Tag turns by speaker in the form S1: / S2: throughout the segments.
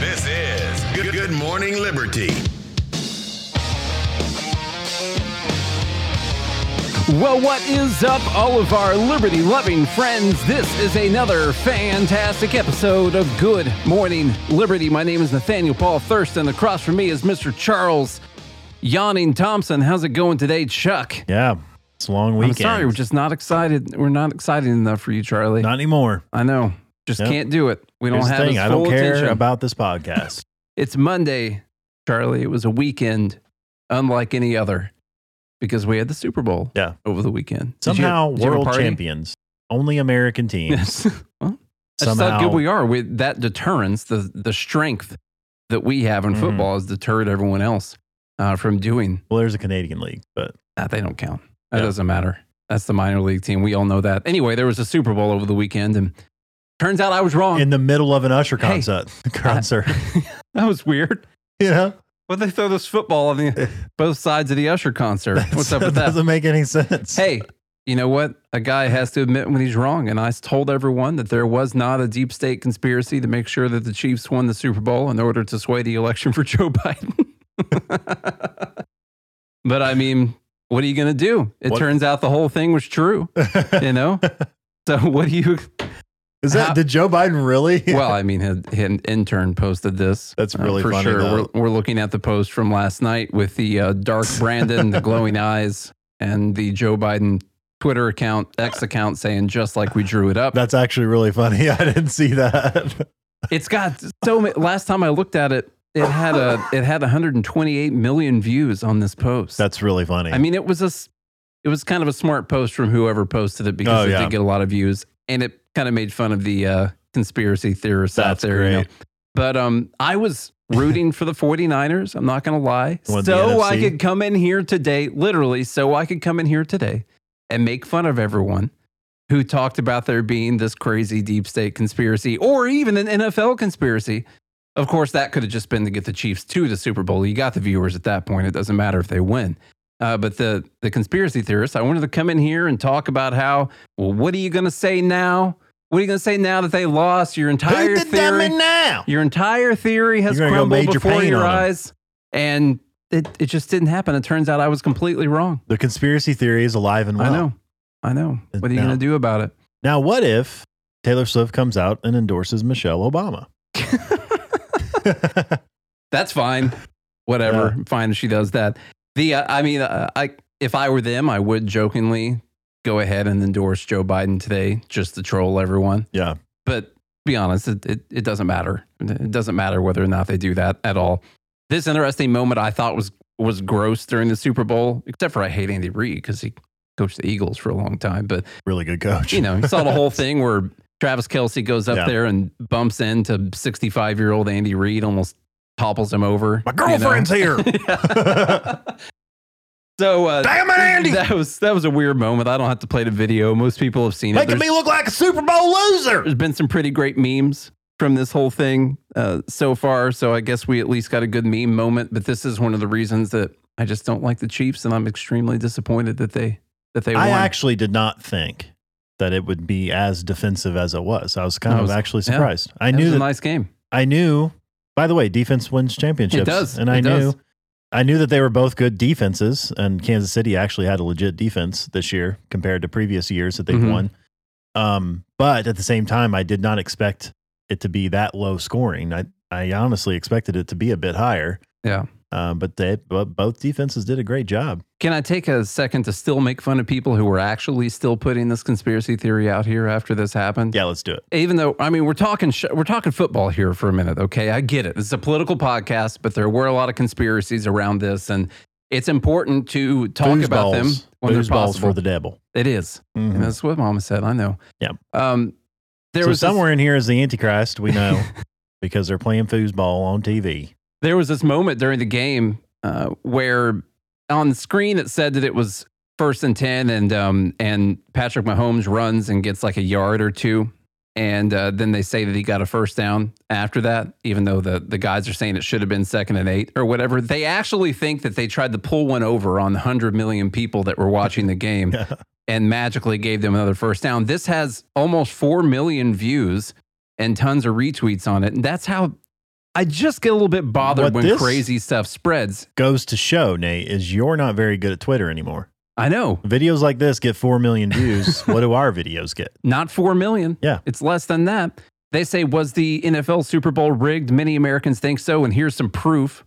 S1: This is Good, Good Morning Liberty.
S2: Well, what is up, all of our liberty loving friends? This is another fantastic episode of Good Morning Liberty. My name is Nathaniel Paul Thurston. Across from me is Mr. Charles Yawning Thompson. How's it going today, Chuck?
S3: Yeah, it's a long weekend.
S2: I'm sorry, we're just not excited. We're not excited enough for you, Charlie.
S3: not anymore.
S2: I know. Just
S3: Yep.
S2: can't do it. We don't
S3: Here's the
S2: have
S3: thing,
S2: his
S3: I don't
S2: full
S3: care
S2: attention.
S3: about this podcast.
S2: It's Monday, Charlie. It was a weekend unlike any other because we had the Super Bowl
S3: Yeah.
S2: over the weekend. Did you-
S3: Somehow,
S2: did you have a
S3: world
S2: party?
S3: champions, only American
S2: Yes.
S3: teams.
S2: well, that's
S3: somehow,
S2: how good we are. With that deterrence, the the strength that we have in
S3: Mhm.
S2: football has deterred everyone else uh, from doing
S3: well, there's a Canadian league, but
S2: that. They don't count. That
S3: Yeah.
S2: doesn't matter. That's the minor league team. We all know that. Anyway, there was a Super Bowl over the weekend, and turns out I was wrong.
S3: in the middle of an Usher
S2: Hey. Uh,
S3: concert, concert,
S2: that was weird.
S3: you know,
S2: But they throw this football on the both sides of the Usher concert. What's up with that?
S3: Doesn't make any sense.
S2: Hey, you know what? A guy has to admit when he's wrong. And I told everyone that there was not a deep state conspiracy to make sure that the Chiefs won the Super Bowl in order to sway the election for Joe Biden. but I mean, what are you going to do? It
S3: What-
S2: turns out the whole thing was true, you know? so what do you.
S3: is that
S2: how-
S3: did Joe Biden really?
S2: Well, I mean, his, his intern posted this. Uh,
S3: That's really
S2: for
S3: funny,
S2: sure.
S3: though.
S2: We're, we're looking at the post from last night with the uh, dark Brandon, the glowing eyes, and the Joe Biden Twitter account, X account, saying just like we drew it up.
S3: That's actually really funny. I didn't see that.
S2: It's got so many. Last time I looked at it, it had a it had 128 million views on this post.
S3: That's really funny.
S2: I mean, it was a s- it was kind of a smart post from whoever posted it because
S3: Oh,
S2: it
S3: yeah.
S2: did get a lot of views, and it kind of made fun of the uh, conspiracy theorists
S3: That's
S2: out there. You know?
S3: great.
S2: But um, I was rooting for the 49ers. I'm not going to lie.
S3: Want the
S2: so I
S3: NFC?
S2: could come in here today, literally, so I could come in here today and make fun of everyone who talked about there being this crazy deep state conspiracy or even an NFL conspiracy. Of course, that could have just been to get the Chiefs to the Super Bowl. You got the viewers at that point. It doesn't matter if they win. Uh, but the the conspiracy theorists, I wanted to come in here and talk about how. Well, what are you going to say now? What are you going to say now that they lost? Your entire
S3: who did that
S2: theory,
S3: mean now?
S2: your entire theory has
S3: You're gonna go
S2: crumbled
S3: major
S2: before
S3: pain
S2: your
S3: on 'em.
S2: eyes, and it it just didn't happen. It turns out I was completely wrong.
S3: The conspiracy theory is alive and well.
S2: I know, I know.
S3: It's
S2: What are you going
S3: now.
S2: to do about it?
S3: Now, what if Taylor Swift comes out and endorses Michelle Obama?
S2: That's fine. Whatever. Fine. if She does that. The uh, I mean, uh, I if I were them, I would jokingly go ahead and endorse Joe Biden today just to troll everyone.
S3: Yeah.
S2: But be honest, it, it, it doesn't matter. It doesn't matter whether or not they do that at all. This interesting moment I thought was was gross during the Super Bowl, except for I hate Andy Reid because he coached the Eagles for a long time. But
S3: really good coach.
S2: you know, you saw the whole thing where Travis Kelsey goes up
S3: Yeah.
S2: there and bumps into 65 year old Andy Reid, almost topples him over.
S3: My girlfriend's here.
S2: here. So uh,
S4: Damn it, Andy!
S2: That was that was a weird moment. I don't have to play the video. Most people have seen it.
S4: Making
S2: There's-
S4: me look like a Super Bowl loser.
S2: there's been some pretty great memes from this whole thing uh, so far. So I guess we at least got a good meme moment. But this is one of the reasons that I just don't like the Chiefs, and I'm extremely disappointed that they that they won.
S3: I actually did not think that it would be as defensive as it was. I was kind
S2: That
S3: of
S2: was-
S3: actually
S2: yeah.
S3: surprised. I
S2: That
S3: knew
S2: was
S3: that
S2: a nice game.
S3: I knew. By the way, defense wins championships.
S2: It does,
S3: and
S2: it
S3: I
S2: does.
S3: knew. I knew that they were both good defenses, and Kansas City actually had a legit defense this year compared to previous years that they've
S2: Mhm.
S3: won. Um, but at the same time, I did not expect it to be that low scoring. I, I honestly expected it to be a bit higher.
S2: Yeah.
S3: Uh, but they but both defenses did a great job.
S2: Can I take a second to still make fun of people who were actually still putting this conspiracy theory out here after this happened?
S3: Yeah, let's do it.
S2: even though I mean we're talking sh- we're talking football here for a minute, okay? I get it. This is a political podcast, but there were a lot of conspiracies around this, and it's important to talk about them when
S3: Foosballs
S2: they're possible.
S3: for the devil.
S2: it is.
S3: Mhm.
S2: and that's what Mama said. I know.
S3: Yep.
S2: Um, there
S3: so
S2: was this-
S3: somewhere in here is the Antichrist. We know because they're playing foosball on TV.
S2: there was this moment during the game uh, where on the screen it said that it was first and ten, and um, and Patrick Mahomes runs and gets like a yard or two, and uh, then they say that he got a first down after that, even though the the guys are saying it should have been second and eight or whatever. They actually think that they tried to pull one over on hundred million people that were watching the game and magically gave them another first down. This has almost 4 million views and tons of retweets on it. And that's how I just get a little bit bothered
S3: What
S2: when
S3: this-
S2: crazy stuff spreads.
S3: goes to show, Nate, is you're not very good at Twitter anymore.
S2: I know,
S3: Videos like this get 4 million views. what do our videos get?
S2: not 4 million.
S3: Yeah.
S2: It's less than that. They say, was the NFL Super Bowl rigged? Many Americans think so. And here's some proof.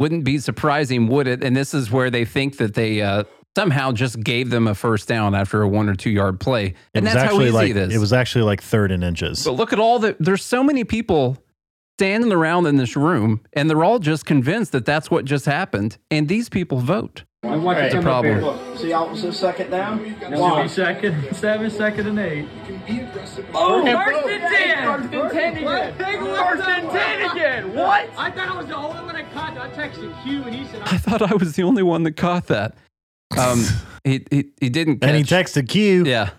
S2: Wouldn't be surprising, would it? And this is where they think that they uh, somehow just gave them a first down after a one or two yard play. And that's how easy
S3: like
S2: it is.
S3: it was actually like third in inches.
S2: But look at all the there's so many people standing around in this room and they're all just convinced that that's what just happened and these people vote. That's a problem.
S5: See, officer, second down.
S6: One second, seven, second, and eight.
S5: Oh,
S6: First and ten. First and ten again. First and ten again. What? I thought I was the only one that caught. I texted Q and he said.
S2: I thought I was the only one that caught that. Um he he, he didn't catch.
S3: and he texted Q.
S2: yeah.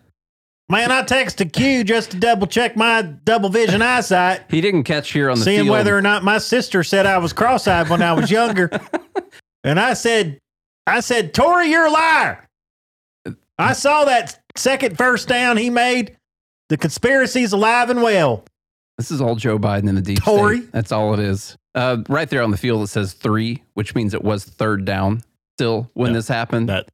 S3: Man, I texted Q just to double check my double vision eyesight,
S2: He didn't catch here on the
S3: seeing
S2: field.
S3: whether or not my sister said I was cross eyed when I was younger. and I said, I said, Tori, you're a liar. I saw that second first down he made. The conspiracy's alive and well.
S2: this is all Joe Biden in the deep
S3: Tory.
S2: state. That's all it is. Uh, right there on the field it says 3, which means it was third down still when
S3: Yeah.
S2: this happened.
S3: That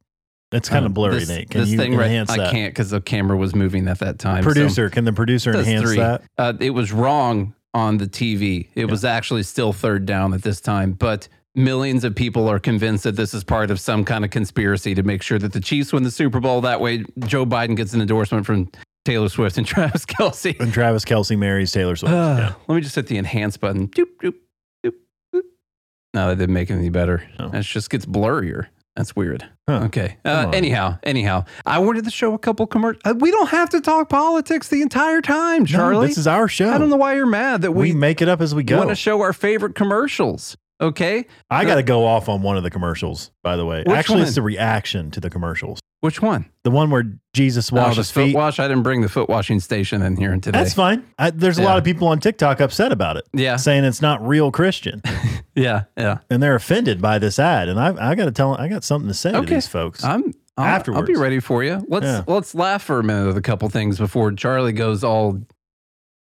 S3: that's kind
S2: Um,
S3: of blurry,
S2: this,
S3: Nate. Can
S2: this
S3: you
S2: thing right,
S3: enhance that?
S2: I can't cuz the camera was moving at that time. so-
S3: Producer, can the producer
S2: That's
S3: enhance
S2: three.
S3: that?
S2: Uh, it was wrong on the TV. It was actually still third down at this time, but millions of people are convinced that this is part of some kind of conspiracy to make sure that the Chiefs win the Super Bowl. That way, Joe Biden gets an endorsement from Taylor Swift and Travis Kelsey.
S3: And Travis Kelsey marries Taylor Swift.
S2: Uh, Let me just hit the enhance button. Doop, doop, doop, doop. No, that didn't make it any better.
S3: Oh.
S2: It just gets blurrier. That's weird.
S3: Huh.
S2: Okay.
S3: Come
S2: Uh,
S3: on.
S2: anyhow, anyhow, I wanted to show a couple commercials. we don't have to talk politics the entire time,
S3: No,
S2: Charlie.
S3: this is our show.
S2: I don't know why you're mad that we,
S3: We, make it up as we
S2: want
S3: go.
S2: to show our favorite commercials. Okay.
S3: I got to go off on one of the commercials, by the way.
S2: Which
S3: Actually, it's
S2: one?
S3: the reaction to the commercials.
S2: Which one?
S3: The one where Jesus
S2: Oh, the
S3: washes
S2: foot
S3: feet.
S2: wash. I didn't bring the foot washing station in here today.
S3: That's fine. I, there's a
S2: Yeah.
S3: lot of people on TikTok upset about it,
S2: Yeah.
S3: saying it's not real Christian,
S2: Yeah. Yeah.
S3: and they're offended by this ad. And I, I got to tell, I got something to say to
S2: Okay.
S3: these folks.
S2: I'm I'll, I'll be
S3: Afterwards.
S2: ready for you. Let's
S3: Yeah.
S2: let's laugh for a minute at a couple things before Charlie goes all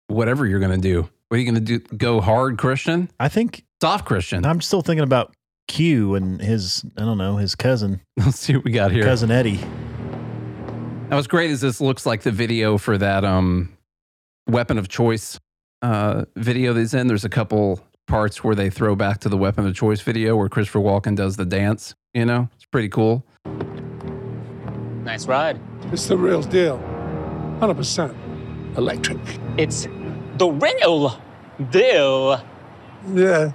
S2: whatever you're gonna do. What are you gonna do? Go hard Christian?
S3: I think
S2: Soft Christian.
S3: I'm still thinking about Q and his, I don't know, his cousin,
S2: Let's see what we got here.
S3: cousin Eddie.
S2: Now, as great as this looks like the video for that um, weapon of choice uh, video that's in, there's a couple parts where they throw back to the weapon of choice video where Christopher Walken does the dance. You know, it's pretty cool.
S7: Nice ride.
S8: It's the real deal. 100%. Electric.
S7: It's the real deal.
S8: Yeah.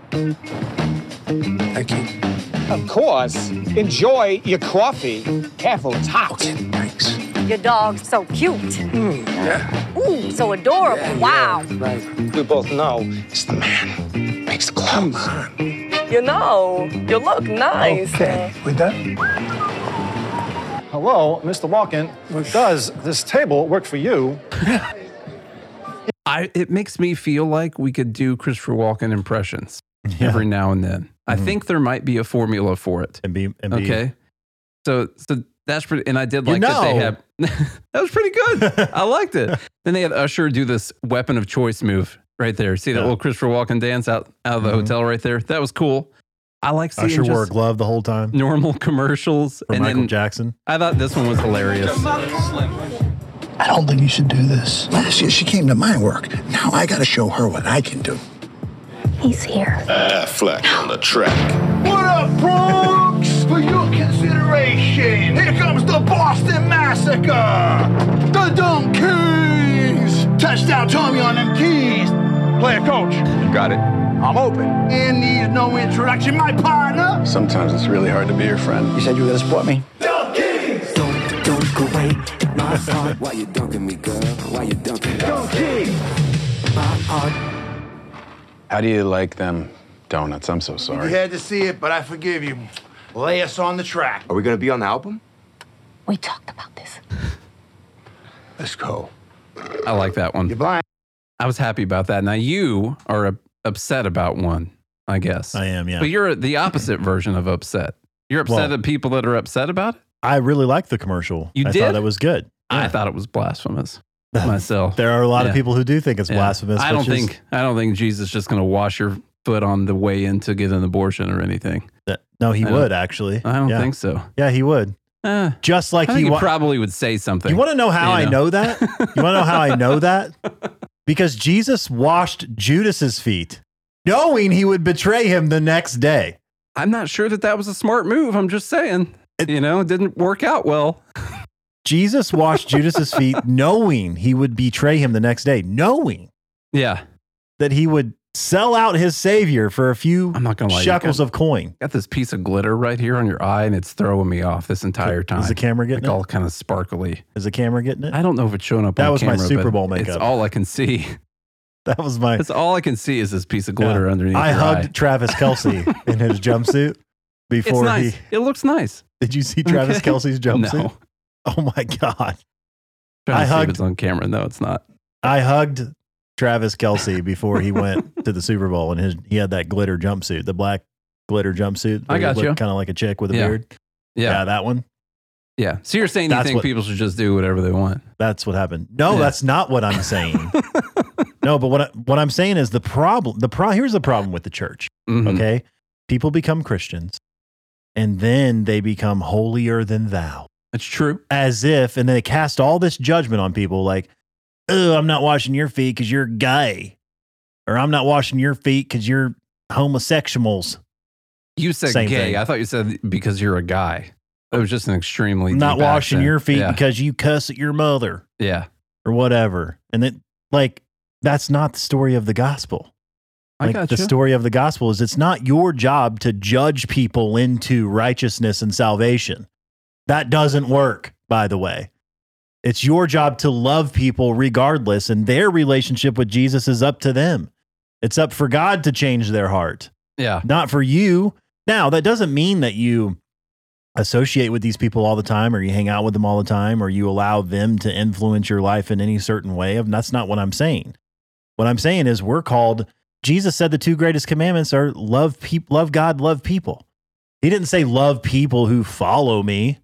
S8: Thank you.
S6: Of course. Enjoy your coffee. Careful, it's hot.
S8: Thanks.
S5: Your dog's so cute.
S8: Mm, yeah.
S5: Ooh, so adorable. Wow.
S8: Right.
S6: We both know.
S8: It's the man. Makes the clothes. Come on.
S9: You know, you look nice.
S8: Okay, we done?
S10: Hello, Mr. Walken. Does this table work for you?
S2: I it makes me feel like we could do Christopher Walken impressions every now and then. I
S3: Mhm.
S2: think there might be a formula for it.
S3: And be and be-
S2: Okay. So so that's pretty and I did
S3: You
S2: like that they
S3: know.
S2: had that was pretty good. I liked it. Then they had Usher do this weapon of choice move right there. See that
S3: Yeah.
S2: little Christopher Walken dance out, out of the
S3: Mhm.
S2: hotel right there? That was cool. I like seeing
S3: Usher wore a
S2: just
S3: glove the whole time
S2: normal commercials
S3: for
S2: and
S3: Michael
S2: then
S3: Jackson.
S2: I thought this one was hilarious.
S11: I don't think you should do this. Last year she came to my work. Now I gotta show her what I can do.
S12: He's here.
S1: Affleck on the track.
S4: What up, Bronx? For your consideration, here comes the Boston Massacre. The Dunk Kings. Touchdown, Tommy, on them keys. Player coach.
S13: Got it.
S4: I'm open. And needs no introduction, my partner.
S13: Sometimes it's really hard to be your friend. You said you were gonna support me.
S4: Dunk Kings. Don't, don't go away. My heart. Why you dunking me, girl? Why you dunking? Dunk Kings. My heart.
S13: How do you like them donuts? I'm so sorry.
S4: You had to see it, but I forgive you. Lay us on the track.
S13: Are we gonna be on the album?
S12: We talked about this.
S4: Let's go.
S2: I like that one. I was happy about that. Now you are up- upset about one, I guess.
S3: I am, yeah.
S2: But you're the opposite version of upset. You're upset
S3: Well-
S2: at people that are upset about it.
S3: I really liked the commercial.
S2: You
S3: I
S2: did?
S3: thought that was good.
S2: I thought it was blasphemous myself.
S3: There are a lot
S2: Yeah.
S3: of people who do think it's
S2: Yeah.
S3: blasphemous.
S2: I don't
S3: which is-
S2: think I don't think Jesus is just going to wash your foot on the way in to get an abortion or anything.
S3: that. No,
S2: I
S3: he
S2: don't-
S3: would actually.
S2: I don't
S3: Yeah.
S2: think so.
S3: Yeah, he would.
S2: Uh,
S3: Just like
S2: I
S3: he
S2: think he,
S3: wa-
S2: probably would say something.
S3: You want to know how
S2: You
S3: I know that? You want to know how I know that? Because Jesus washed Judas's feet, knowing he would betray him the next day.
S2: I'm not sure that that was a smart move. I'm just saying. you know, it didn't work out well.
S3: Jesus washed Judas's feet, knowing he would betray him the next day, knowing
S2: Yeah.
S3: that he would sell out his savior for a few
S2: I'm not gonna lie, you
S3: shekels
S2: got-
S3: of coin.
S2: Got this piece of glitter right here on your eye, and it's throwing me off this entire time.
S3: Is the camera getting
S2: like
S3: it?
S2: all kind of sparkly.
S3: Is the camera getting it?
S2: I don't know if it's showing up.
S3: That
S2: on
S3: was my
S2: camera,
S3: Super
S2: but
S3: Bowl
S2: It's
S3: makeup.
S2: all I can see.
S3: That was my.
S2: That's all I can see is this piece of glitter
S3: Yeah.
S2: underneath.
S3: I
S2: your
S3: hugged
S2: eye.
S3: Travis Kelsey in his jumpsuit
S2: It's
S3: before
S2: nice.
S3: he.
S2: It looks nice.
S3: Did you see Travis
S2: Okay.
S3: Kelsey's jumpsuit?
S2: No.
S3: Oh my god!
S2: Trying
S3: I
S2: to see if
S3: hugged.
S2: it's on camera. No, it's not.
S3: I hugged Travis Kelsey before he went to the Super Bowl, and his he had that glitter jumpsuit, the black glitter jumpsuit.
S2: I got you.
S3: Kind of like a chick with a
S2: Yeah.
S3: beard.
S2: Yeah.
S3: yeah, that one.
S2: Yeah. So you're saying you
S3: That's
S2: think
S3: what-
S2: people should just do whatever they want?
S3: That's what happened. No,
S2: Yeah.
S3: that's not what I'm saying. no, but what I, what I'm saying is the problem. The pro here's the problem with the church.
S2: Mhm.
S3: Okay, people become Christians, and then they become holier than thou,
S2: That's true.
S3: as if, and they cast all this judgment on people, like, "Oh, I'm not washing your feet because you're gay," or "I'm not washing your feet because you're homosexuals."
S2: You said
S3: Same
S2: gay.
S3: thing.
S2: I thought you said because you're a guy. That was just an extremely
S3: I'm not
S2: deep
S3: washing
S2: accent.
S3: your feet
S2: Yeah.
S3: because you cuss at your mother
S2: yeah.
S3: or whatever, and then like that's not the story of the gospel.
S2: I
S3: like
S2: got
S3: the
S2: you.
S3: story of the gospel is it's not your job to judge people into righteousness and salvation. That doesn't work, by the way. It's your job to love people regardless, and their relationship with Jesus is up to them. It's up for God to change their heart,
S2: Yeah.
S3: not for you. Now, that doesn't mean that you associate with these people all the time or you hang out with them all the time or you allow them to influence your life in any certain way. That's not what I'm saying. What I'm saying is we're called Jesus said the two greatest commandments are love people love God, love people. He didn't say love people who follow me.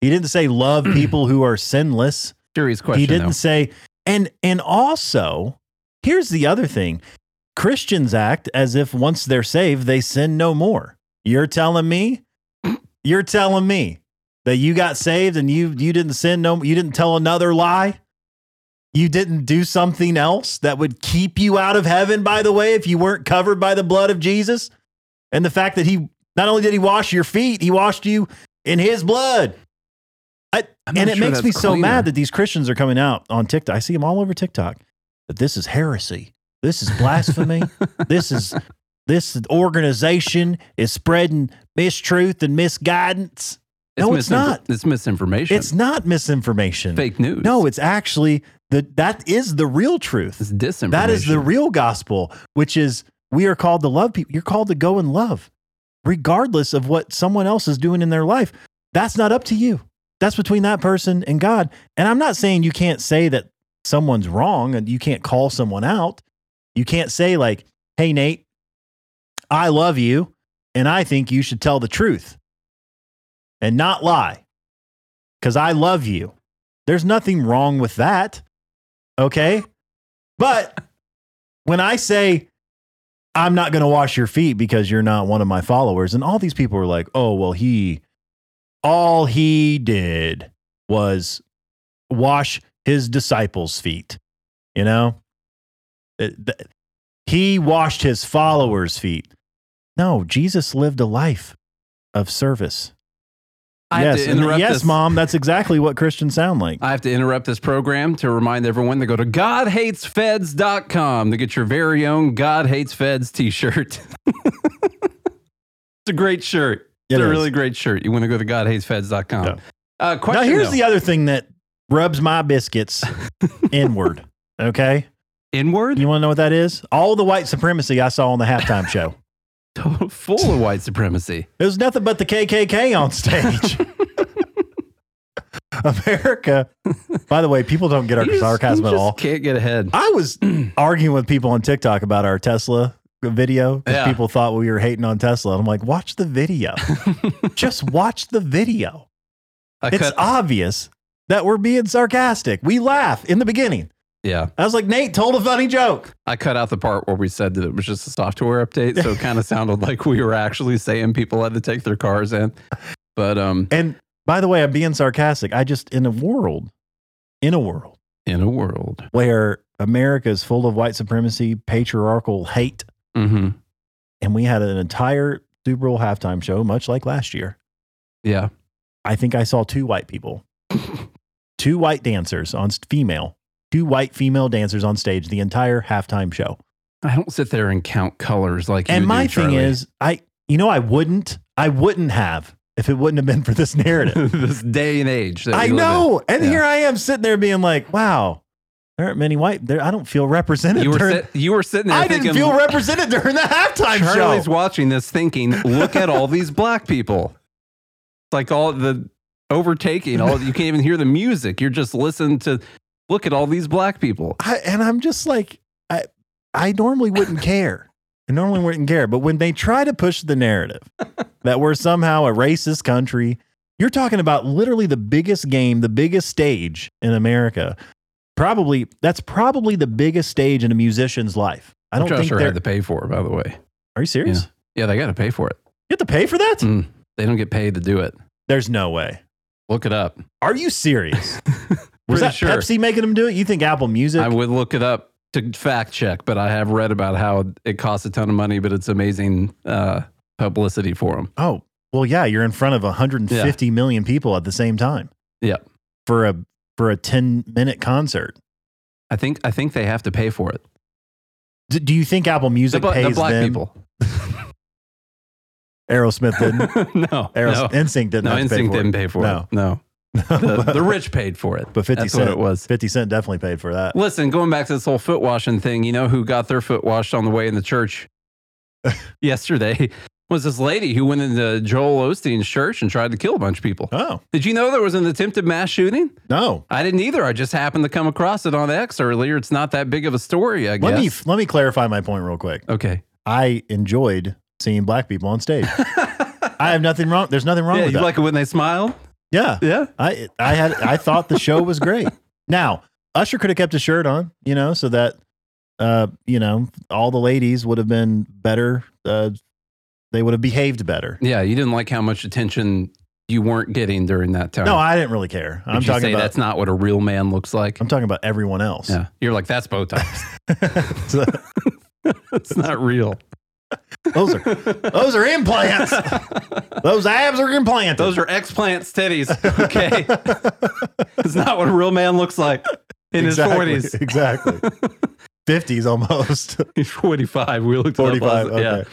S3: He didn't say love people who are sinless.
S2: Serious question.
S3: he didn't
S2: though.
S3: say and and also here's the other thing. Christians act as if once they're saved they sin no more. You're telling me? You're telling me that you got saved and you you didn't sin no you didn't tell another lie? you didn't do something else that would keep you out of heaven, by the way, if you weren't covered by the blood of Jesus. And the fact that he not only did he wash your feet, he washed you in his blood. I,
S2: I'm
S3: and
S2: not
S3: it
S2: sure
S3: makes me
S2: that's
S3: so
S2: cleaner.
S3: mad that these Christians are coming out on TikTok. I see them all over TikTok that this is heresy. This is blasphemy. this is this organization is spreading mistruth and misguidance. no, it's
S2: misinfor-
S3: not.
S2: It's misinformation.
S3: It's not misinformation.
S2: fake news.
S3: No, it's actually the that is the real truth.
S2: It's disinformation.
S3: That is the real gospel, which is We are called to love people. You're called to go and love, regardless of what someone else is doing in their life. That's not up to you. That's between that person and God. And I'm not saying you can't say that someone's wrong and you can't call someone out. You can't say, like, hey, Nate, I love you and I think you should tell the truth and not lie because I love you. There's nothing wrong with that. Okay. But when I say, I'm not going to wash your feet because you're not one of my followers, and all these people are like, oh, well, he, all he did was wash his disciples' feet. You know, It- th- he washed his followers' feet. No, Jesus lived a life of service.
S2: I have
S3: yes,
S2: to
S3: and
S2: interrupt
S3: yes,
S2: this.
S3: mom, that's exactly what Christians sound like.
S2: I have to interrupt this program to remind everyone to go to GodHatesFeds.com to get your very own God Hates Feds t shirt. it's a great shirt. It's
S3: It
S2: a
S3: is.
S2: really great shirt. You want to go to GodHatesFeds.com. Uh, question,
S3: now, here's
S2: though.
S3: the other thing that rubs my biscuits inward. Okay.
S2: Inward?
S3: You want to know what that is? All the white supremacy I saw on the halftime show.
S2: Full of white supremacy.
S3: It was nothing but the KKK on stage. America. By the way, people don't get our
S2: You just-
S3: sarcasm
S2: you
S3: at all.
S2: just Can't get ahead.
S3: I was arguing with people on TikTok about our Tesla video because
S2: Yeah.
S3: people thought we were hating on Tesla. And I'm like, watch the video. Just watch the video.
S2: I
S3: it's
S2: cut-
S3: obvious that we're being sarcastic. We laugh in the beginning.
S2: Yeah.
S3: I was like, Nate told a funny joke.
S2: I cut out the part where we said that it was just a software update, so it kind of sounded like we were actually saying people had to take their cars in. But um,
S3: And by the way, I'm being sarcastic. I just, in a world, in a world
S2: in a world,
S3: where America is full of white supremacy, patriarchal hate,
S2: mm-hmm.
S3: and we had an entire Super Bowl halftime show, much like last year.
S2: yeah,
S3: I think I saw two white people, two white dancers on female, two white female dancers on stage the entire halftime show.
S2: I don't sit there and count colors like. you
S3: and
S2: do,
S3: my thing
S2: Charlie.
S3: is, I, you know, I wouldn't, I wouldn't have if it wouldn't have been for this narrative.
S2: this day and age. that
S3: I
S2: we live
S3: know.
S2: in.
S3: And
S2: Yeah.
S3: here I am sitting there being like, wow, there aren't many white there. I don't feel represented.
S2: You were
S3: during-
S2: sit- you were sitting there.
S3: I didn't
S2: thinking,
S3: feel represented during the halftime
S2: Charlie's
S3: show.
S2: watching this, thinking, "Look at all these black people." It's like all the overtaking. All you can't even hear the music. You're just listening to. Look at all these black people.
S3: I, and I'm just like, I, I normally wouldn't care. I normally wouldn't care. But when they try to push the narrative that we're somehow a racist country, you're talking about literally the biggest game, the biggest stage in America. Probably that's probably the biggest stage in a musician's life. I don't
S2: Which
S3: think
S2: sure
S3: they're.
S2: had to pay for it, by the way.
S3: are you serious?
S2: Yeah, they got to pay for it.
S3: You have to pay for that?
S2: Mm, they don't get paid to do it.
S3: There's no way.
S2: Look it up.
S3: Are you serious? Was
S2: Pretty
S3: that
S2: sure.
S3: Pepsi making them do it? You think Apple Music?
S2: I would look it up to fact check, but I have read about how it costs a ton of money, but it's amazing uh, publicity for them.
S3: oh, well, yeah. You're in front of 150 million people at the same time
S2: Yeah,
S3: for a for a 10 minute concert.
S2: I think I think they have to pay for it.
S3: D- do you think Apple
S2: The,
S3: Music
S2: bu- the
S3: pays
S2: black
S3: them?
S2: people.
S3: Aerosmith didn't.
S2: no,
S3: Aeros-
S2: no,
S3: Instinct didn't.
S2: no.
S3: have to pay
S2: Instinct
S3: for
S2: didn't
S3: it.
S2: pay for
S3: no.
S2: it. No, the, the rich paid for it.
S3: But 50
S2: That's
S3: Cent
S2: what it was.
S3: 50 Cent definitely paid for that.
S2: Listen, going back to this whole foot washing thing, you know who got their foot washed on the way in the church yesterday was this lady who went into Joel Osteen's church and tried to kill a bunch of people.
S3: Oh,
S2: Did you know there was an attempted mass shooting?
S3: no.
S2: I didn't either. I just happened to come across it on X earlier. It's not that big of a story, I guess.
S3: Let me let me clarify my point real quick.
S2: okay.
S3: I enjoyed seeing black people on stage. I have nothing wrong. There's nothing wrong
S2: Yeah,
S3: with
S2: you
S3: that.
S2: like it when they smile?
S3: yeah.
S2: Yeah.
S3: I I had I thought the show was great. Now, Usher could have kept his shirt on, you know, so that uh, you know, all the ladies would have been better uh they would have behaved better.
S2: Yeah, you didn't like how much attention you weren't getting during that time.
S3: No, I didn't really care.
S2: Did
S3: I'm
S2: you
S3: talking
S2: say
S3: about
S2: that's not what a real man looks like.
S3: I'm talking about everyone else.
S2: Yeah. You're like, that's Botox.
S3: So,
S2: it's not real.
S3: those are those are implants. Those abs are implanted.
S2: Those are explants titties. Okay. it's not what a real man looks like in
S3: Exactly,
S2: his 40s.
S3: Exactly. 50s almost.
S2: He's 45. We looked it up
S3: 45.
S2: last-
S3: Okay.
S2: Yeah.
S3: Yeah.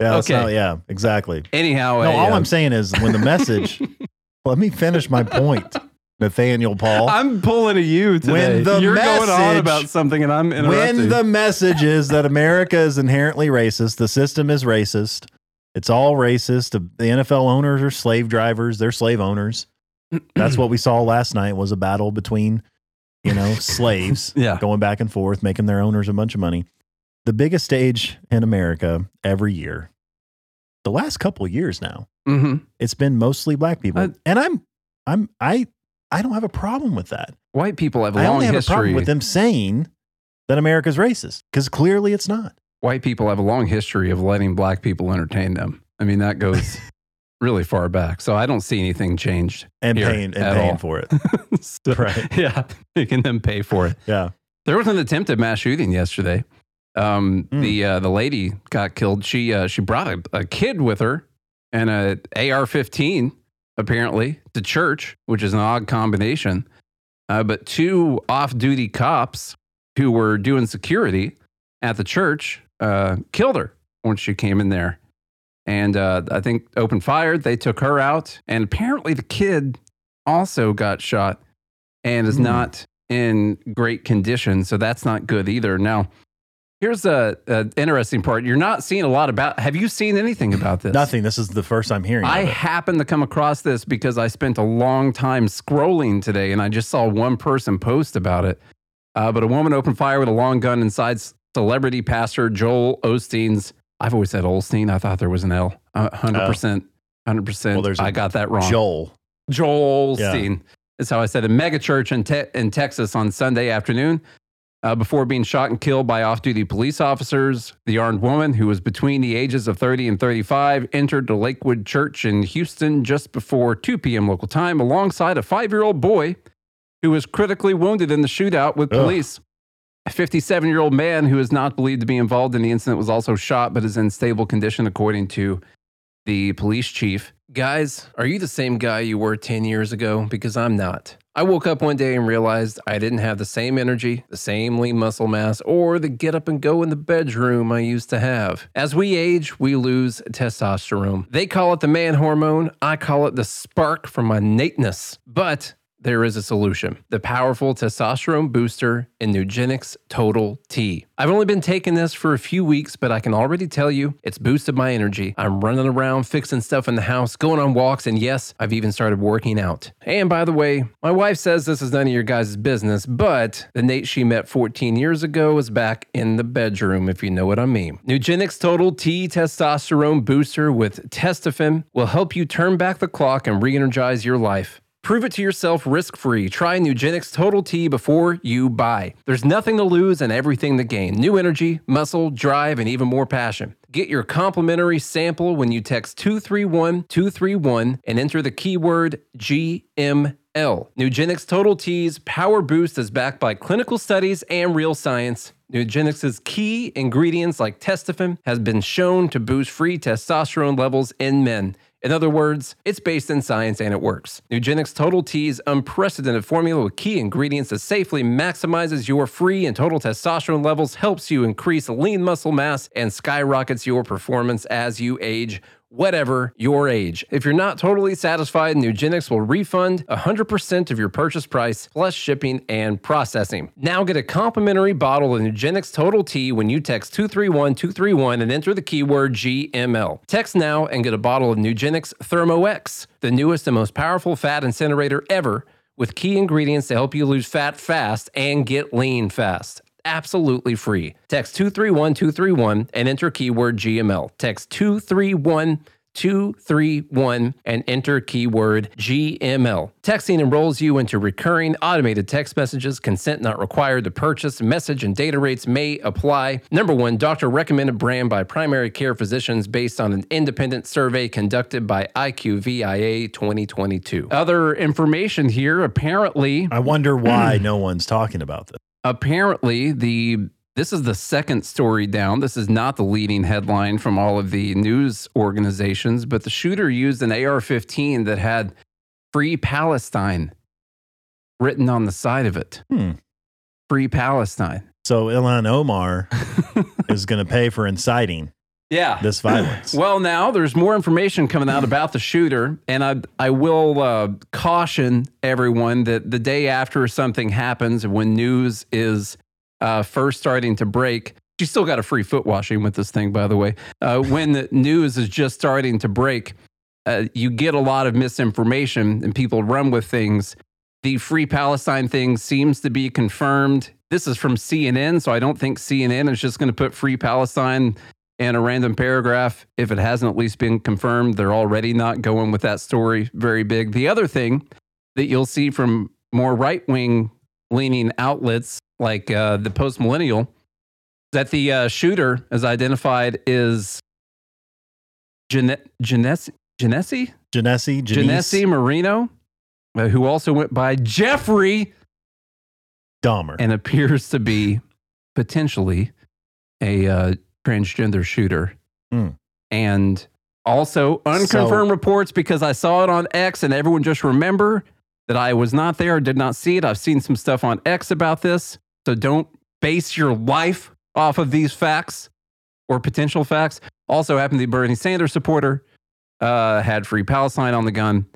S3: Yeah,
S2: Okay.
S3: so- yeah, exactly.
S2: Anyhow,
S3: No,
S2: I,
S3: all
S2: uh,
S3: I'm saying is when the message, let me finish my point. Nathaniel Paul.
S2: I'm pulling a you today.
S3: When the
S2: You're
S3: message-
S2: going on about something, and I'm interrupting.
S3: When the message is that America is inherently racist, the system is racist. It's all racist. The, the NFL owners are slave drivers. They're slave owners. That's what we saw last night was a battle between, you know, slaves
S2: Yeah.
S3: going back and forth, making their owners a bunch of money. The biggest stage in America every year, the last couple of years now,
S2: Mhm.
S3: it's been mostly black people.
S2: I-
S3: and I'm, I'm, I, I don't have a problem with that.
S2: white people have a
S3: I
S2: long
S3: only have
S2: history
S3: a problem with them saying that America's racist because clearly it's not.
S2: White people have a long history of letting black people entertain them. I mean, that goes really far back. So I don't see anything changed
S3: And
S2: here
S3: paying and
S2: at
S3: paying
S2: all.
S3: for it.
S2: So,
S3: Right.
S2: Yeah, making them pay for it.
S3: Yeah.
S2: There was an attempt at mass shooting yesterday. Um, The uh, the lady got killed. She uh, she brought a, a kid with her and a AR-15 apparently to church, which is an odd combination. Uh, but two off-duty cops who were doing security at the church uh, killed her when she came in there, and uh, I think opened fire. They took her out, and apparently the kid also got shot and is not in great condition. So that's not good either. Now, here's a, a interesting part. You're not seeing a lot about. Have you seen anything about this?
S3: Nothing. This is the first I'm hearing.
S2: I
S3: of it.
S2: happened to come across this because I spent a long time scrolling today and I just saw one person post about it. Uh, but a woman opened fire with a long gun inside s- celebrity pastor Joel Osteen's. I've always said Olstein. I thought there was an L. Uh, 100%. 100%.
S3: Oh. Well, there's a
S2: I got that wrong.
S3: Joel.
S2: Joel
S3: Yeah.
S2: Olstein. That's how I said. A mega church in, te- in Texas on Sunday afternoon uh, before being shot and killed by off duty police officers. The armed woman, who was between the ages of 30 and 35, entered the Lakewood Church in Houston just before 2 p.m. local time alongside a five year old boy who was critically wounded in the shootout with
S3: Ugh.
S2: police. A 57 year old man who is not believed to be involved in the incident was also shot, but is in stable condition, according to the police chief. Guys, are you the same guy you were 10 years ago? Because I'm not. I woke up one day and realized I didn't have the same energy, the same lean muscle mass, or the get up and go in the bedroom I used to have. As we age, we lose testosterone. They call it the man hormone, I call it the spark from innateness. But there is a solution the powerful testosterone booster in Nugenix Total T. I've only been taking this for a few weeks, but I can already tell you it's boosted my energy. I'm running around fixing stuff in the house, going on walks, and yes, I've even started working out. And by the way, my wife says this is none of your guys' business, but the Nate she met 14 years ago is back in the bedroom, if you know what I mean. Nugenix Total T testosterone booster with testofen will help you turn back the clock and re energize your life. Prove it to yourself risk free. Try Nugenix Total T before you buy. There's nothing to lose and everything to gain new energy, muscle, drive, and even more passion. Get your complimentary sample when you text 231 231 and enter the keyword GML. Nugenix Total T's power boost is backed by clinical studies and real science. Nugenix's key ingredients like testofen has been shown to boost free testosterone levels in men. In other words, it's based in science and it works. Nugenix Total T's unprecedented formula with key ingredients that safely maximizes your free and total testosterone levels, helps you increase lean muscle mass, and skyrockets your performance as you age. Whatever your age. If you're not totally satisfied, Nugenix will refund 100% of your purchase price plus shipping and processing. Now get a complimentary bottle of Nugenix Total T when you text 231231 and enter the keyword GML. Text now and get a bottle of Nugenix Thermo X, the newest and most powerful fat incinerator ever, with key ingredients to help you lose fat fast and get lean fast. Absolutely free. Text 231231 and enter keyword GML. Text 231231 and enter keyword GML. Texting enrolls you into recurring automated text messages. Consent not required to purchase. Message and data rates may apply. Number one, doctor recommended brand by primary care physicians based on an independent survey conducted by IQVIA 2022. Other information here apparently
S3: I wonder why no one's talking about this.
S2: apparently the this is the second story down. This is not the leading headline from all of the news organizations, but the shooter used an AR-15 that had "Free Palestine" written on the side of it.
S3: Hmm.
S2: Free Palestine.
S3: So Ilan Omar is going to pay for inciting.
S2: Yeah.
S3: This violence.
S2: Well, now there's more information coming out about the shooter, and I I will uh, caution everyone that the day after something happens, when news is uh, first starting to break, she still got a free foot washing with this thing, by the way. Uh, when the news is just starting to break, uh, you get a lot of misinformation, and people run with things. The Free Palestine thing seems to be confirmed. This is from CNN, so I don't think CNN is just going to put Free Palestine in a random paragraph if it hasn't at least been confirmed. They're already not going with that story very big. The other thing that you'll see from more right wing leaning outlets like uh, the Post Millennial that the uh, shooter, as identified, is Gene- Genesi Genesi
S3: Genesi,
S2: Genesi Marino, uh, who also went by Jeffrey
S3: Dahmer
S2: and appears to be potentially a uh, transgender shooter.
S3: Mm.
S2: And also unconfirmed reports because I saw it on X and everyone just remember that I was not there, did not see it. I've seen some stuff on X about this. So don't base your life off of these facts or potential facts. Also happened to be Bernie Sanders supporter, uh, had Free Palestine on the gun,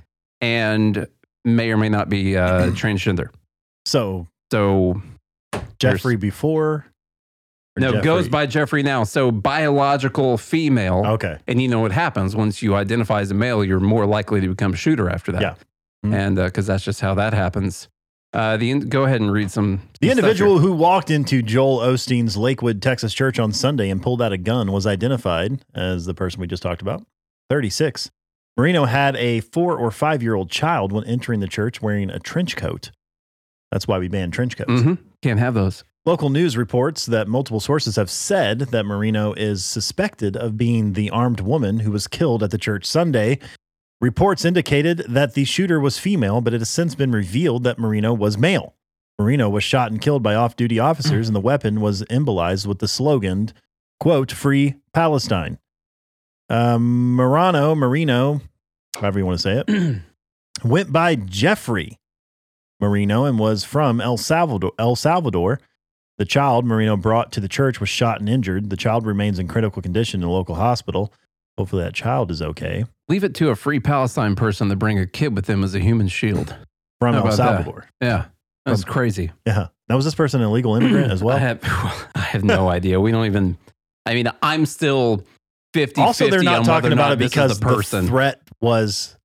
S2: and may or may not be uh, transgender.
S3: So
S2: So
S3: Jeffrey before. or
S2: No,
S3: Jeffrey- Oh.
S2: goes by Jeffrey now. So biological female.
S3: Okay.
S2: And you know what happens once you identify as a male, you're more likely to become a shooter after that.
S3: Yeah. Mm-hmm.
S2: And because that's just how that happens. Uh, the in- go ahead and read some. some
S3: The
S2: stuff
S3: individual who walked into Joel Osteen's Lakewood, Texas church on Sunday and pulled out a gun was identified as the person we just talked about, 36. Marino had a four or five year old child when entering the church wearing a trench coat. That's why we banned trench coats.
S2: here. Mhm. Can't have those.
S3: Local news reports that multiple sources have said that Marino is suspected of being the armed woman who was killed at the church Sunday. Reports indicated that the shooter was female, but it has since been revealed that Marino was male. Marino was shot and killed by off duty officers, and the weapon was emblazoned with the slogan, quote, Free Palestine. Um, Morano, Marino, however you want to say it, went by Jeffrey Marino and was from El Salvador. El Salvador. The child Marino brought to the church was shot and injured. The child remains in critical condition in a local hospital. Hopefully, that child is okay.
S2: Leave it to a free Palestine person to bring a kid with them as a human shield.
S3: From
S2: How
S3: El
S2: about that?
S3: Salvador.
S2: Yeah. That's crazy.
S3: Yeah. Now, was this person an illegal immigrant as Um, well?
S2: I have, I have no idea. We don't even, I mean, I'm still 50
S3: also, they're
S2: 50
S3: not
S2: on
S3: talking
S2: whether or
S3: about
S2: not
S3: it
S2: this is
S3: because
S2: the
S3: the,
S2: person.
S3: threat was